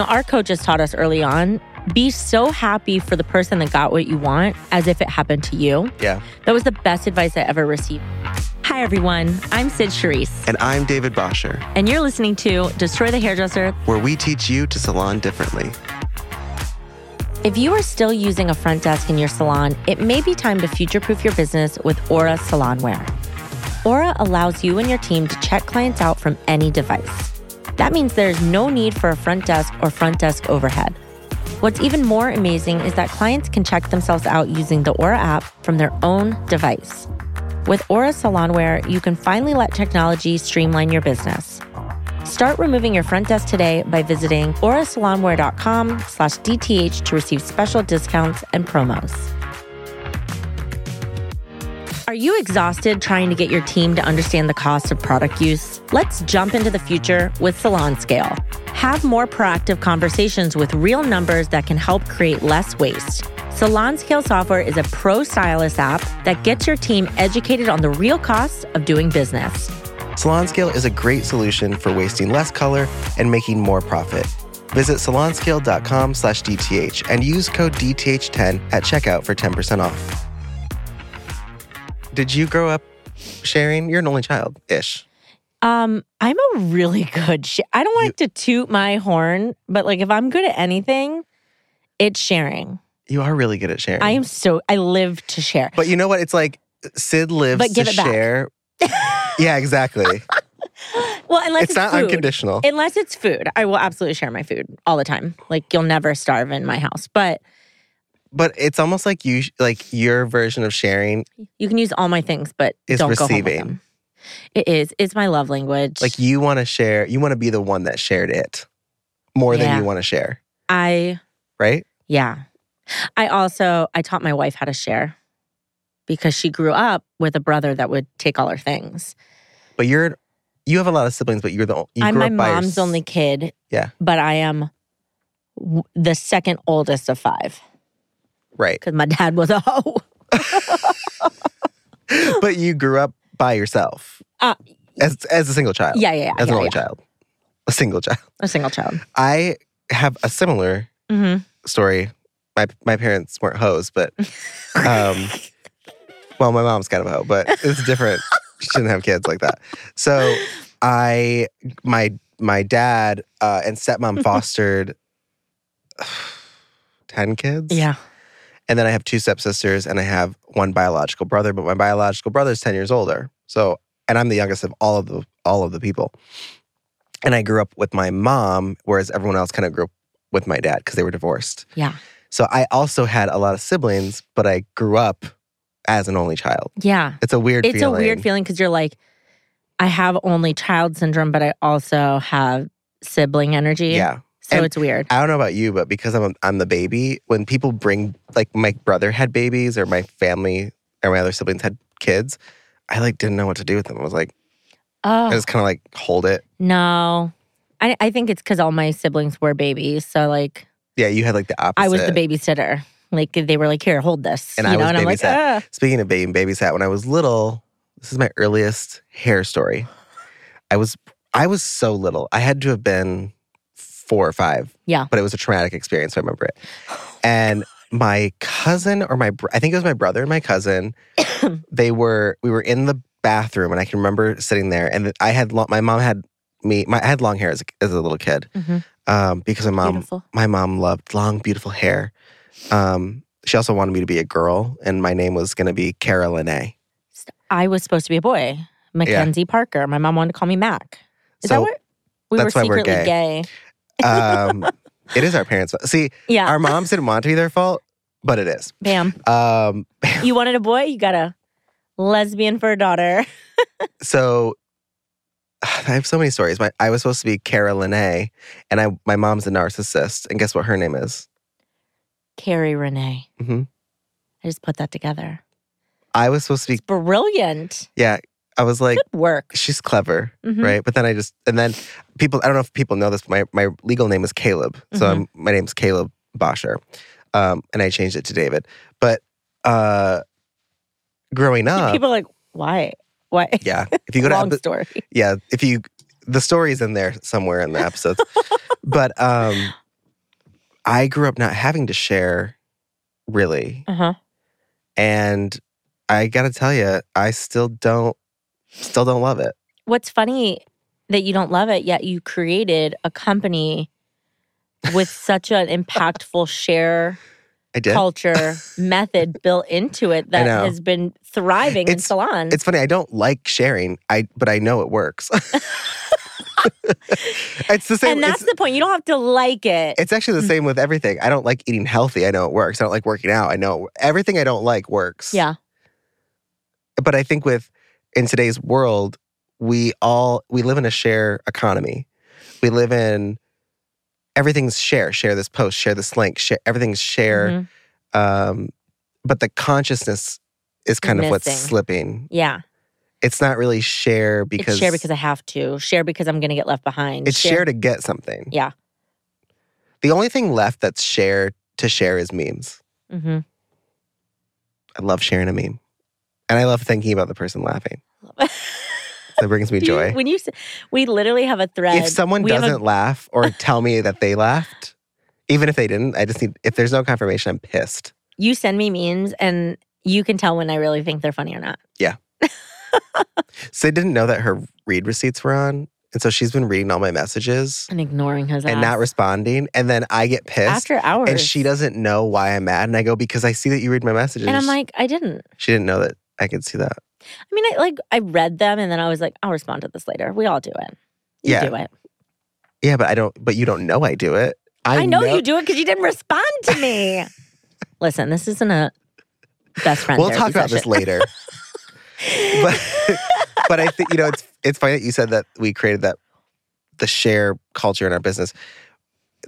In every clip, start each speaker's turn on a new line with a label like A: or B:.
A: Our coaches taught us early on be so happy for the person that got what you want as if it happened to you.
B: Yeah.
A: That was the best advice I ever received. Hi, everyone. I'm Sid Charisse,
B: And I'm David Bosher,
A: and you're listening to Destroy the Hairdresser.
B: where we teach you to salon differently.
A: If you are still using a front desk in your salon, it may be time to future proof your business with Aura Salonware. Aura allows you and your team to check clients out from any device. That means there's no need for a front desk or front desk overhead. What's even more amazing is that clients can check themselves out using the Aura app from their own device. With Aura Salonware, you can finally let technology streamline your business. Start removing your front desk today by visiting aurasalonware.com slash DTH to receive special discounts and promos. Are you exhausted trying to get your team to understand the cost of product use? Let's jump into the future with Salon Scale. Have more proactive conversations with real numbers that can help create less waste. Salon Scale software is a pro stylist app that gets your team educated on the real costs of doing business.
B: Salon Scale is a great solution for wasting less color and making more profit. Visit salonscale.com slash DTH and use code DTH10 at checkout for 10% off. Did you grow up sharing? You're an only child ish.
A: Um, I'm a really good. Sh- I don't want to toot my horn, but like if I'm good at anything, it's sharing.
B: You are really good at sharing.
A: I am so I live to share.
B: But you know what? It's like Sid lives
A: But give
B: to
A: it back.
B: share. yeah, exactly.
A: well, unless it's,
B: it's not
A: food.
B: unconditional.
A: Unless it's food, I will absolutely share my food all the time. Like you'll never starve in my house. But
B: but it's almost like you like your version of sharing
A: you can use all my things, but
B: It's
A: don't go home with
B: receiving.
A: them. It is. It's my love language.
B: like you want to share you want to be the one that shared it more
A: Yeah.
B: than you want to share
A: I
B: right
A: Yeah. I also I taught my wife how to share because she grew up with a brother that would take all her things.
B: but you're you have a lot of siblings but you're the only you
A: I'm
B: grew
A: my
B: up by
A: mom's
B: your,
A: only kid.
B: Yeah.
A: But I am w- the second oldest of five
B: right
A: because my dad was a hoe.
B: but you grew up by yourself
A: Uh,
B: as as a single child
A: Yeah, yeah, yeah.
B: as
A: yeah,
B: an only
A: yeah.
B: child a single child
A: A single child.
B: i have a similar
A: hmm
B: story my my parents weren't hoes but um well my mom's kind of a hoe but it's different she didn't have kids like that so i my my dad uh, and stepmom fostered 10 kids
A: Yeah.
B: and then i have two stepsisters and i have one biological brother but my biological brother's 10 years older so and i'm the youngest of all of the all of the people and i grew up with my mom whereas everyone else kind of grew up with my dad because they were divorced
A: Yeah.
B: so i also had a lot of siblings but i grew up as an only child
A: Yeah.
B: it's a weird
A: It's
B: feeling
A: a weird feeling because you're like, I have only child syndrome, but I also have sibling energy.
B: yeah
A: So
B: And-
A: it's weird.
B: I don't know about you, but because I'm I'm the baby, when people bring like my brother had babies or my family or my other siblings had kids, I like didn't know what to do with them. I was like,
A: Oh.
B: I just kind of like hold it.
A: No. I, I think it's because all my siblings were babies. So, like,
B: Yeah, you had like the opposite.
A: I was the babysitter. Like, they were like, here, hold this.
B: And
A: you
B: I
A: know,
B: was
A: and I'm like,
B: babysat.
A: ah.
B: Speaking of baby babysat, when I was little, this is my earliest hair story. I was I was so little. I had to have been four or five.
A: Yeah. Oh,
B: But it was a traumatic experience. I remember it. And my cousin or my br- I think it was my brother and my cousin. they were we were in the bathroom, and I can remember sitting there. And I had lo- my mom had me. My, I had long hair as a, as a little kid
A: Mhm.
B: um, because my mom
A: Beautiful.
B: my mom loved long, beautiful hair. Um, she also wanted me to be a girl, and my name was going to be Cara Lene.
A: I was supposed to be a boy, Mackenzie Parker. My mom wanted to call me Mac. Is that
B: So
A: what? We
B: that's
A: were
B: why we're
A: secretly gay.
B: um, it is our parents' fault. See,
A: Yeah.
B: our moms didn't want to be their fault, but it is.
A: Bam.
B: Um,
A: You wanted a boy? You got a lesbian for a daughter.
B: so I have so many stories. My, I was supposed to be Cara Lene, and I, my mom's a narcissist. And guess what her name is?
A: Carrie Renee.
B: Mhm.
A: I just put that together.
B: I was supposed to be,
A: It's brilliant.
B: yeah, I was like,
A: Good work.
B: she's clever.
A: Mhm.
B: right? But then I just and then people I don't know if people know this, but my, my legal name is Caleb. So
A: Mm-hmm.
B: I'm, my name's Caleb Bosher. Um, and I changed it to David. But uh growing up
A: People are like, why? Why?
B: Yeah. If you go to
A: Long
B: epi-
A: story.
B: yeah, if you the story's in there somewhere in the episodes. but um I grew up not having to share really.
A: Uh huh.
B: And I got to tell you, I still don't still don't love it.
A: What's funny that you don't love it, yet you created a company with such an impactful share
B: I did.
A: culture method built into it that
B: know.
A: has been thriving in
B: It's-
A: salons.
B: It's funny. I don't like sharing. I but I know it works. it's the same.
A: and that's Mm-hmm.
B: It's,
A: the point. You don't have to like it.
B: it's actually the same with everything. I don't like eating healthy. I know it works. I don't like working out. I know everything I don't like works.
A: Yeah.
B: But I think with in today's world, we all we live in a share economy. We live in everything's share. Share this post. Share this link. Share everything's share.
A: Mhm.
B: Um, but the consciousness is kind of what's
A: Missing.
B: slipping.
A: Yeah.
B: It's not really share
A: it's
B: because
A: share because I have to. Share because I'm going to get left behind.
B: It's share to get something.
A: Yeah.
B: The only thing left that's share to share is memes.
A: Mhm.
B: I love sharing a meme. And I love thinking about the person laughing. That brings me
A: Do you-
B: joy.
A: when you, s- we literally have a thread.
B: If someone
A: we have a-
B: doesn't laugh or tell me that they laughed, even if they didn't, I just need, if there's no confirmation, I'm pissed.
A: you send me memes, and you can tell when I really think they're funny or not.
B: Sid didn't know that her read receipts were on. And so she's been reading all my messages
A: And ignoring his
B: and not
A: ass.
B: responding. And then I get pissed.
A: after hours.
B: And she doesn't know why I'm mad. And I go, because I see that you read my messages.
A: And I'm like, I didn't.
B: she didn't know that I could see that.
A: I mean, I like I read them, and then I was like, I'll respond to this later. We all do it. You
B: Yeah.
A: do it.
B: Yeah, but I don't. But you don't know I do it. I,
A: I, know, you do it because you didn't respond to me. Listen, this isn't a best friend.
B: We'll
A: therapy
B: talk about this
A: session.
B: later. but but I think you know it's it's funny that you said that we created that the share culture in our business.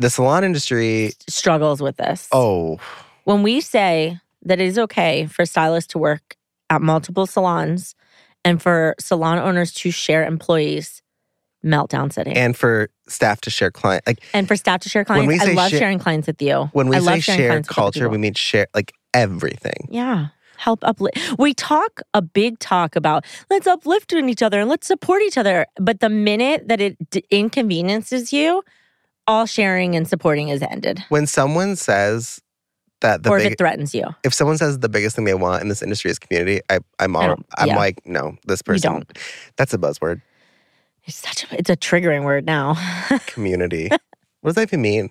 B: The salon industry.
A: struggles with this.
B: Oh,
A: when we say that it is okay for stylists to work at multiple salons and for salon owners to share employees, meltdown city. And,
B: and for staff to share client like
A: for staff to share
B: When
A: clients,
B: we
A: I
B: say
A: love
B: share-
A: sharing clients with you.
B: when we
A: I
B: say
A: love sharing
B: share
A: clients with other
B: culture,
A: people.
B: we mean share like everything.
A: Yeah. Help uplift. We talk a big talk about let's uplift in each other and let's support each other. But the minute that it d- inconveniences you, all sharing and supporting is ended,
B: When someone says that the
A: or if
B: big,
A: it threatens you.
B: if someone says the biggest thing they want in this industry is community, I I'm all,
A: don't-
B: I'm
A: yeah.
B: like no, this person
A: don't.
B: That's a buzzword.
A: It's such a it's a triggering word now.
B: Community. what does that even mean?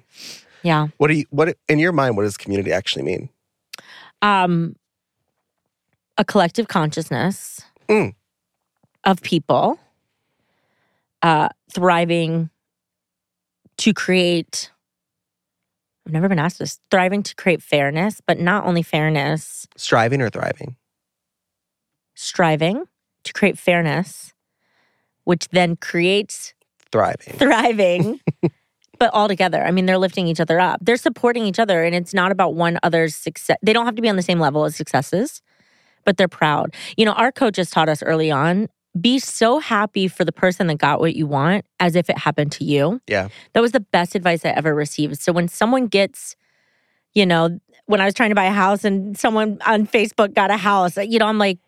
A: yeah.
B: What do you what in your mind? What does community actually mean?
A: Um a collective consciousness
B: Mm.
A: of people uh thriving to create I've never been asked this. Thriving to create fairness, but not only fairness,
B: Striving or thriving?
A: striving to create fairness, which then creates
B: Thriving.
A: thriving, but all together. I mean, they're lifting each other up. They're supporting each other, and it's not about one other's success. They don't have to be on the same level as successes, but they're proud. You know, our coaches taught us early on be so happy for the person that got what you want as if it happened to you.
B: Yeah.
A: That was the best advice I ever received. So when someone gets, you know, when I was trying to buy a house and someone on Facebook got a house, you know, I'm like,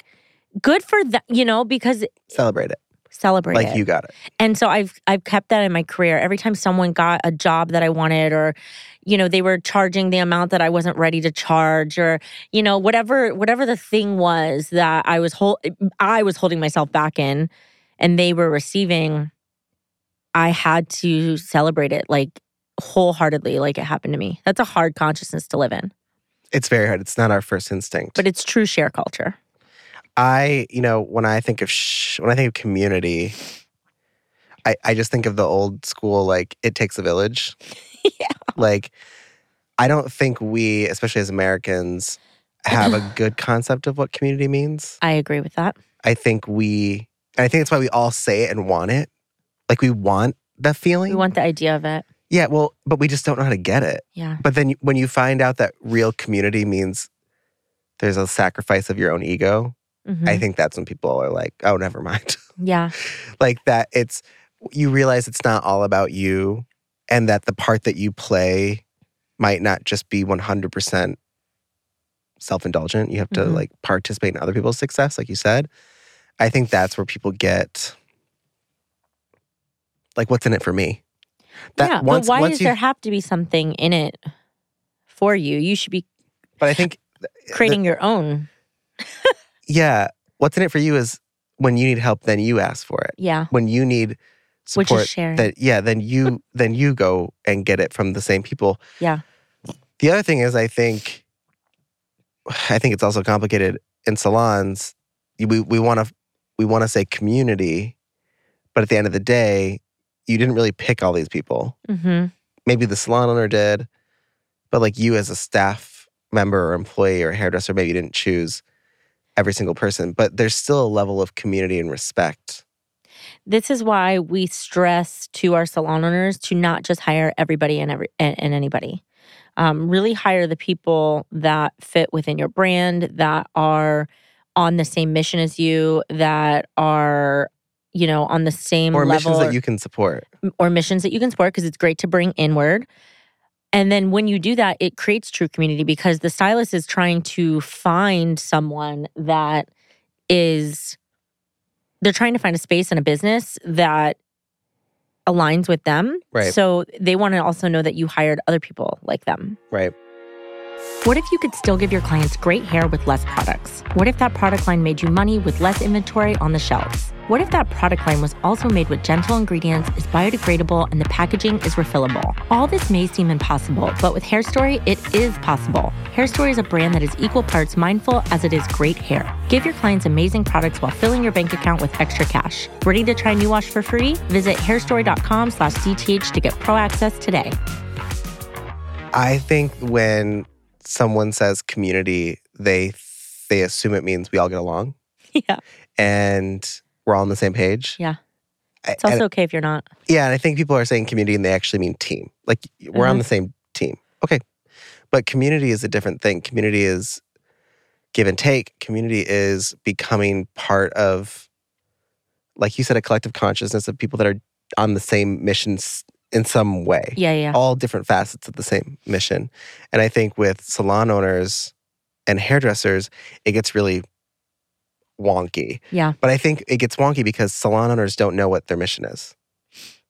A: good for that, you know, because
B: Celebrate it.
A: celebrate
B: Like
A: it.
B: you got it.
A: And so I've I've kept that in my career. Every time someone got a job that I wanted or you know they were charging the amount that I wasn't ready to charge or you know whatever whatever the thing was that I was hold, I was holding myself back in and they were receiving I had to celebrate it like wholeheartedly like it happened to me. That's a hard consciousness to live in,
B: It's very hard. It's not our first instinct.
A: but it's true share culture.
B: I, you know, when I think of sh- when I think of community, I I just think of the old school like it takes a village.
A: Yeah.
B: Like I don't think we, especially as Americans, have a good concept of what community means.
A: I agree with that.
B: I think we, and I think that's why we all say it and want it. Like we want that feeling.
A: We want the idea of it.
B: yeah, well, but we just don't know how to get it.
A: Yeah.
B: But then you- when you find out that real community means there's a sacrifice of your own ego,
A: Mhm.
B: I think that's when people are like, oh, never mind.
A: yeah.
B: like that it's, you realize it's not all about you and that the part that you play might not just be 100% self indulgent. You have to
A: Mhm.
B: like participate in other people's success, like you said. I think that's where people get like, what's in it for me? That
A: yeah,
B: once-
A: but why
B: once
A: does
B: you-
A: there have to be something in it for you. You should be
B: But I think
A: creating your own.
B: yeah, what's in it for you is when you need help, then you ask for it.
A: Yeah.
B: When you need
A: Which
B: support,
A: is sharing.
B: that yeah, then you then you go and get it from the same people.
A: Yeah.
B: The other thing is, I think, I think it's also complicated in salons. We we want to we want to say community, but at the end of the day, you didn't really pick all these people.
A: hmm
B: maybe the salon owner did, but like you as a staff member or employee or hairdresser, maybe you didn't choose every single person, but there's still a level of community and respect.
A: This is why we stress to our salon owners to not just hire everybody and every and, and anybody. Um, really hire the people that fit within your brand, that are on the same mission as you, that are you know on the same
B: Or
A: level
B: missions that you can support.
A: or missions that you can support because it's great to bring inward. And then when you do that, it creates true community because the stylist is trying to find someone that is, they're trying to find a space in a business that aligns with them.
B: Right.
A: So they want to also know that you hired other people like them.
B: Right.
A: What if you could still give your clients great hair with less products? What if that product line made you money with less inventory on the shelves? What if that product line was also made with gentle ingredients, is biodegradable, and the packaging is refillable? All this may seem impossible, but with Hair Story, it is possible. Hair Story is a brand that is equal parts mindful as it is great hair. Give your clients amazing products while filling your bank account with extra cash. Ready to try New Wash for free? Visit hairstory.com slash DTH to get pro access today.
B: I think when someone says community, they they assume it means we all get along
A: Yeah.
B: and we're all on the same page.
A: Yeah.
B: I-
A: It's also okay if you're not.
B: Yeah, and I think people are saying community and they actually mean team. Like we're on
A: Mhm.
B: the same team. Okay. But community is a different thing. Community is give and take. Community is becoming part of like you said a collective consciousness of people that are on the same missions in some way.
A: Yeah, yeah.
B: All different facets of the same mission. And I think with salon owners and hairdressers, it gets really wonky.
A: Yeah.
B: But I think it gets wonky because salon owners don't know what their mission is.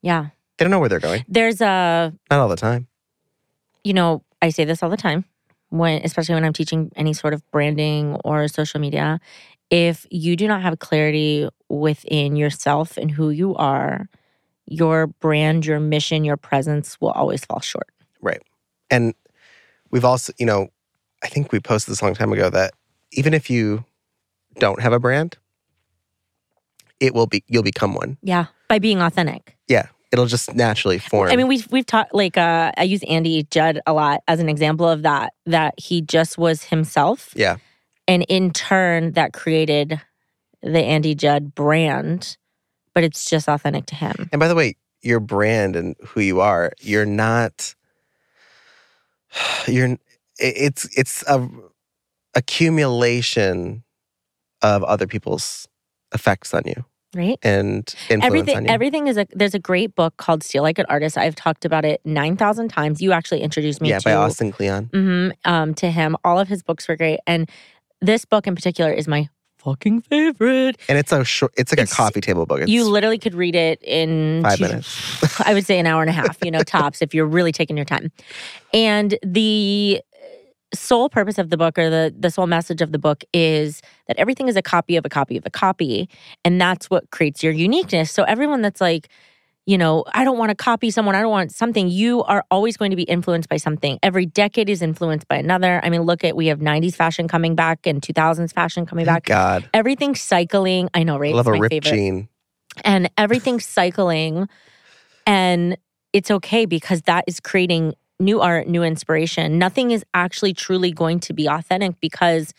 A: Yeah.
B: They don't know where they're going.
A: there's a
B: Not all the time.
A: you know i say this all the time when especially when i'm teaching any sort of branding or social media if you do not have clarity within yourself and who you are your brand your mission your presence will always fall short
B: And we've also, you know, I think we posted this a long time ago that even if you don't have a brand, it will be you'll become one.
A: yeah by being authentic
B: It'll just naturally form.
A: I mean, we've we've talked like uh, I use Andy Judd a lot as an example of that. That he just was himself.
B: Yeah.
A: And in turn, that created the Andy Judd brand, but it's just authentic to him.
B: and by the way, your brand and who you are, you're not you're it- it's it's a accumulation of other people's effects on you
A: Right.
B: and influence on
A: Everything.
B: you.
A: Everything is a. There's a great book called "Steal Like an Artist." I've talked about it nine thousand times. You actually introduced me
B: yeah,
A: to
B: by Austin Kleon.
A: hmm um, to him. All of his books were great, and this book in particular is my fucking favorite.
B: And it's a short it's like
A: It's-
B: a coffee table book. It's
A: you literally could read it in
B: five
A: two-
B: minutes.
A: I would say an hour and a half, you know, tops, if you're really taking your time. And the uh, sole purpose of the book or the, the sole message of the book is that everything is a copy of a copy of a copy. And that's what creates your uniqueness. So everyone that's like, you know, I don't want to copy someone, I don't want something, you are always going to be influenced by something. Every decade is influenced by another. I mean, look at, we have 90s fashion coming back and 2000s fashion coming
B: Thank
A: back.
B: God.
A: Everything's cycling. I know, right?
B: I Mm-hmm. love
A: It's my
B: a ripped
A: favorite
B: jean.
A: and everything's cycling and it's okay because that is creating new art new inspiration nothing is actually truly going to be authentic because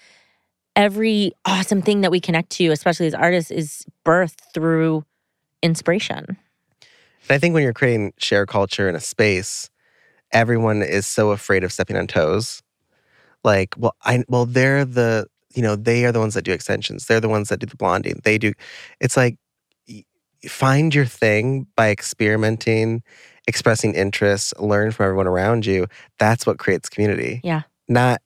A: every awesome thing that we connect to especially as artists is birthed through inspiration
B: And I think when you're creating share culture in a space, everyone is so afraid of stepping on toes. Like, well, I well, they're the you know they are the ones that do extensions. They're the ones that do the blonding. They do. It's like y- find your thing by experimenting, expressing interest, learn from everyone around you. That's what creates community.
A: Yeah.
B: Not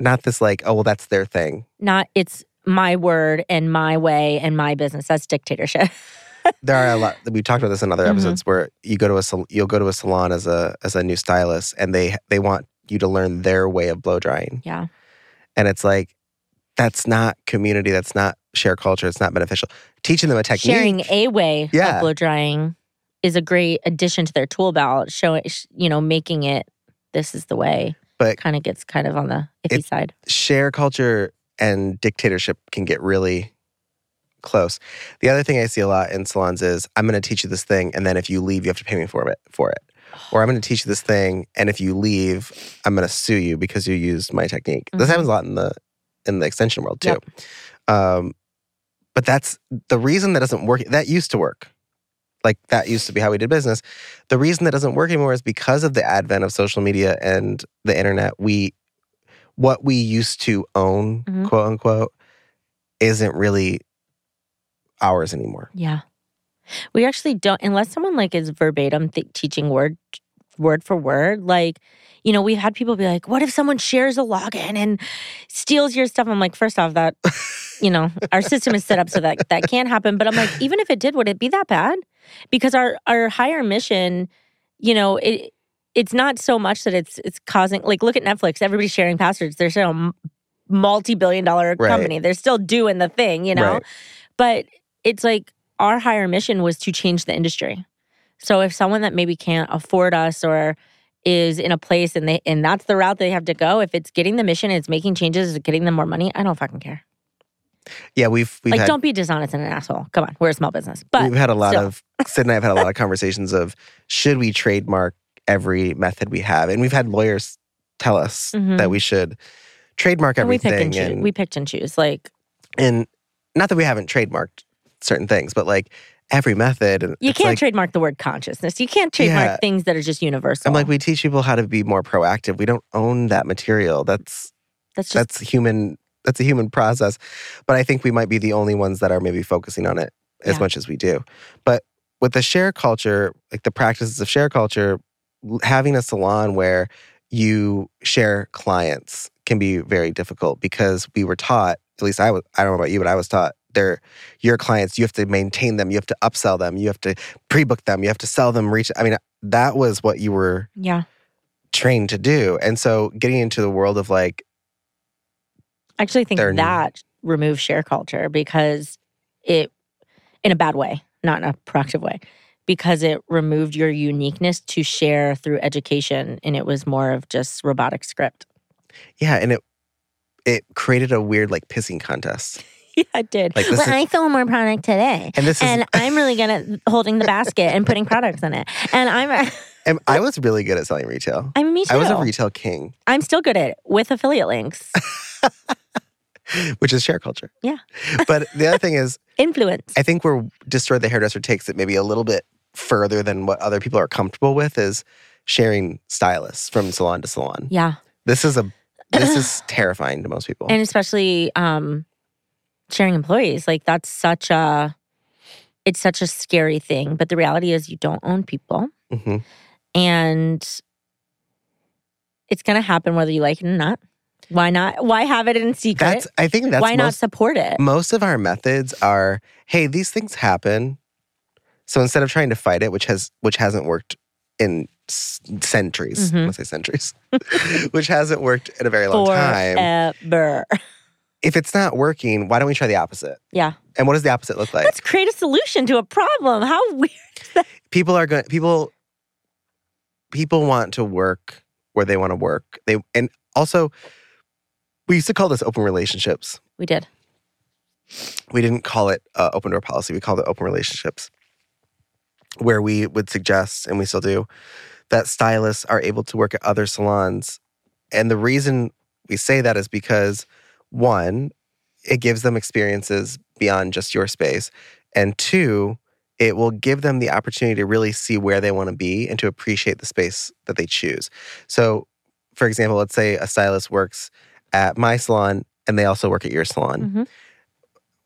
B: not this like oh well that's their thing.
A: not it's my word and my way and my business that's dictatorship
B: there are a lot we talked about this in other
A: Mhm.
B: episodes where you go to a sal- you'll go to a salon as a as a new stylist and they they want you to learn their way of blow drying.
A: Yeah.
B: And it's like, that's not community. That's not share culture. It's not beneficial. Teaching them a technique.
A: Sharing a way
B: Yeah.
A: of blow drying is a great addition to their tool belt. Showing, sh- you know, making it this is the way.
B: But-
A: kind of gets kind of on the iffy
B: It-
A: side.
B: share culture and dictatorship can get really close. The other thing I see a lot in salons is I'm going to teach you this thing, and then if you leave, you have to pay me for it. For it, or I'm going to teach you this thing, and if you leave, I'm going to sue you because you used my technique. This
A: Mhm.
B: happens a lot in the in the extension world too. Um, but that's the reason that doesn't work. That used to work. Like that used to be how we did business. The reason that doesn't work anymore is because of the advent of social media and the internet. We, what we used to own,
A: Mhm.
B: quote unquote, isn't really ours anymore.
A: Yeah. We actually don't unless someone like is verbatim th- teaching word word for word like you know, we've had people be like, "What if someone shares a login and steals your stuff?" I'm like, first off, that you know, our system is set up so that that can't happen. But I'm like, even if it did, would it be that bad? Because our our higher mission, you know, it it's not so much that it's it's causing like look at Netflix, everybody's sharing passwords. They're still a multi-billion dollar
B: Right.
A: company. They're still doing the thing, you know.
B: Right.
A: But it's like our higher mission was to change the industry. So if someone that maybe can't afford us or is in a place and they and that's the route they have to go, if it's getting the mission, it's making changes, it's getting them more money, I don't fucking care.
B: Yeah, we've we've
A: like
B: had
A: don't be dishonest and an asshole. Come on, we're a small business. But
B: we've had a lot
A: still.
B: of Sid and I have had a lot of conversations of should we trademark every method we have, and we've had lawyers tell us
A: Mhm.
B: that we should trademark
A: and we pick
B: everything
A: and choose.
B: and-
A: we picked and choose. Like
B: and not that we haven't trademarked certain things, but like every method. And
A: you
B: it's
A: can't
B: like,
A: trademark the word consciousness. You can't trademark
B: Yeah.
A: things that are just universal.
B: I'm like, we teach people how to be more proactive. We don't own that material. That's
A: that's just
B: that's human. That's a human process. But I think we might be the only ones that are maybe focusing on it as
A: Yeah.
B: much as we do. But with the share culture, like the practices of share culture, l- having a salon where you share clients can be very difficult because we were taught, at least I was, I don't know about you, but I was taught they're your clients, you have to maintain them, you have to upsell them, you have to pre book them, you have to sell them, reach. I mean, that was what you were
A: yeah.
B: trained to do. And so getting into the world of like,
A: I actually think
B: They're-
A: that removes share culture because it, in a bad way, not in a productive way, because it removed your uniqueness to share through education and it was more of just robotic script.
B: yeah, and it it created a weird like pissing contest.
A: yeah, it did.
B: Like, this
A: well,
B: is-
A: I sold more product today.
B: And this is
A: And
B: and,
A: I'm really good at holding the basket and putting products in it. And I'm,
B: I was really good at selling retail.
A: I mean, me too.
B: I was a retail king,
A: I'm still good at it with affiliate links,
B: which is share culture.
A: Yeah.
B: But the other thing is
A: influence.
B: I think where Destroy the Hairdresser takes it maybe a little bit further than what other people are comfortable with is sharing stylists from salon to salon.
A: yeah.
B: This is a this is terrifying to most people.
A: and especially um sharing employees like that's such a it's such a scary thing but the reality is you don't own people
B: hmm
A: and it's going to happen whether you like it or not why not why have it in secret
B: That's I think that's
A: why
B: most
A: not support it
B: most of our methods are hey these things happen so instead of trying to fight it which has which hasn't worked in s- centuries
A: Mhm.
B: let's say centuries which hasn't worked in a very long time
A: forever
B: if it's not working why don't we try the opposite
A: yeah
B: and what does the opposite look like
A: let's create a solution to a problem how weird
B: people are going people people want to work where they want to work they and also we used to call this open relationships
A: we did
B: we didn't call it uh, open door policy. We called it open relationships, where we would suggest, and we still do, that stylists are able to work at other salons. And the reason we say that is because one, it gives them experiences beyond just your space. And two, it will give them the opportunity to really see where they want to be and to appreciate the space that they choose. So, for example, let's say a stylist works at my salon and they also work at your salon
A: Mhm.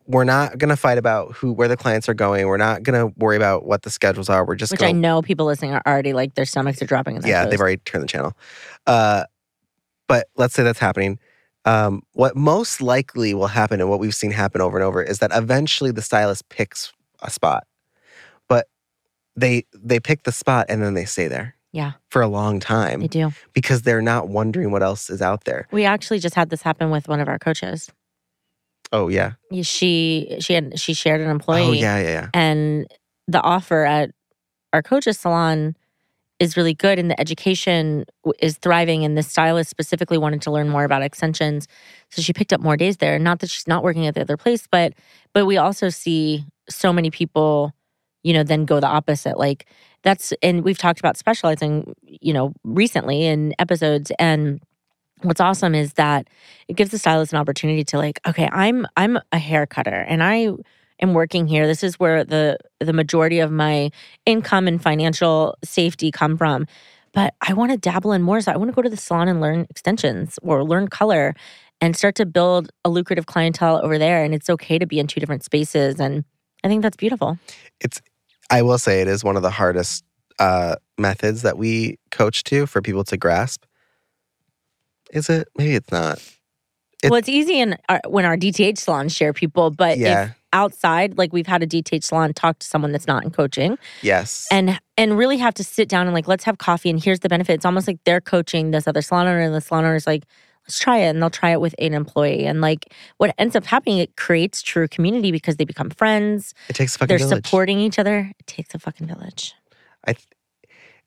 B: we're not going to fight about who where the clients are going. We're not going to worry about what the schedules are. We're just
A: which i
B: going.
A: know people listening are already like their stomachs are dropping in their
B: Yeah,
A: clothes.
B: they've already turned the channel. Uh, but let's say that's happening. Um, what most likely will happen, and what we've seen happen over and over, is that eventually the stylist picks a spot, but they they pick the spot and then they stay there.
A: Yeah,
B: for a long
A: they
B: time
A: do.
B: because they're not wondering what else is out there.
A: We actually just had this happen with one of our coaches.
B: Oh yeah.
A: She she had she shared an employee.
B: Oh yeah, yeah, yeah.
A: and the offer at our coaches salon is really good and the education w- is thriving and the stylist specifically wanted to learn more about extensions so she picked up more days there not that she's not working at the other place but but we also see so many people you know then go the opposite like that's and we've talked about specializing you know recently in episodes and what's awesome is that it gives the stylist an opportunity to like okay i'm i'm a hair cutter and i am working here this is where the the majority of my income and financial safety come from but i want to dabble in more so i want to go to the salon and learn extensions or learn color and start to build a lucrative clientele over there and it's okay to be in two different spaces and i think that's beautiful
B: I will say it is one of the hardest uh, methods that we coach to for people to grasp. Is it? Maybe it's not. It-
A: well it's easy in our, when our dth salons share people but if
B: yeah.
A: outside like we've had a dth salon talk to someone that's not in coaching
B: yes.
A: and and really have to sit down and like let's have coffee and here's the benefit it's almost like they're coaching this other salon owner and the salon owner is like let's try it and they'll try it with an employee and like what ends up happening it creates true community because they become friends
B: it takes a fucking
A: they're
B: village.
A: supporting each other it takes a fucking village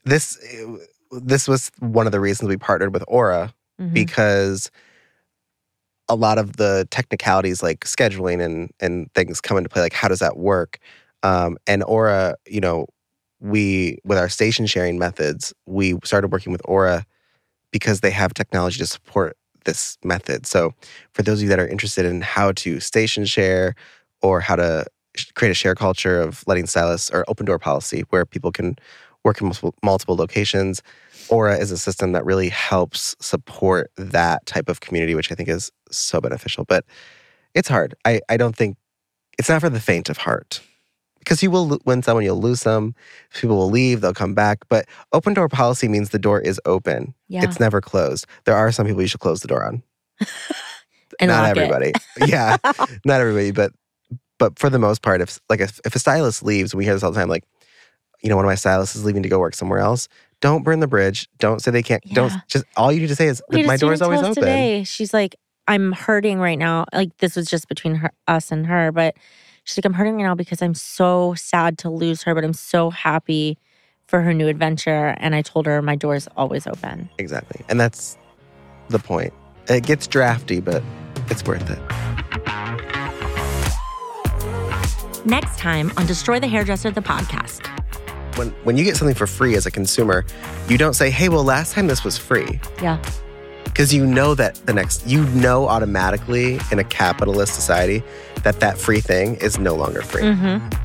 B: This this was one of the reasons we partnered with Aura
A: Mhm.
B: because a lot of the technicalities like scheduling and and things come into play like how does that work um, and aura you know we with our station sharing methods we started working with aura because they have technology to support this method so for those of you that are interested in how to station share or how to sh- create a share culture of letting stylists or open door policy where people can work in multiple, multiple locations aura is a system that really helps support that type of community which i think is so beneficial but it's hard i, I don't think it's not for the faint of heart because you will lo- win some and you'll lose some people will leave they'll come back but open door policy means the door is open
A: yeah
B: it's never closed there are some people you should close the door on
A: and
B: not
A: lock it.
B: everybody. yeah, not everybody, but but for the most part, if like if, if a stylist leaves, we hear this all the time. Like, you know, one of my stylists is leaving to go work somewhere else. Don't burn the bridge. Don't say they can't. Don't
A: Yeah.
B: just all you need to say is
A: We had a
B: my door is
A: student
B: always
A: tell
B: open.
A: us Today, she's like, I'm hurting right now. Like this was just between her, us and her, but she's like, I'm hurting right now because I'm so sad to lose her, but I'm so happy for her new adventure. And I told her my door is always open.
B: Exactly, and that's the point. It gets drafty, but it's worth it.
A: Next time on Destroy the Hairdresser, the podcast.
B: When when you get something for free as a consumer, you don't say, "Hey, well, last time this was free."
A: Yeah.
B: because you know that the next you know automatically in a capitalist society that that free thing is no longer free
A: Mm-hmm.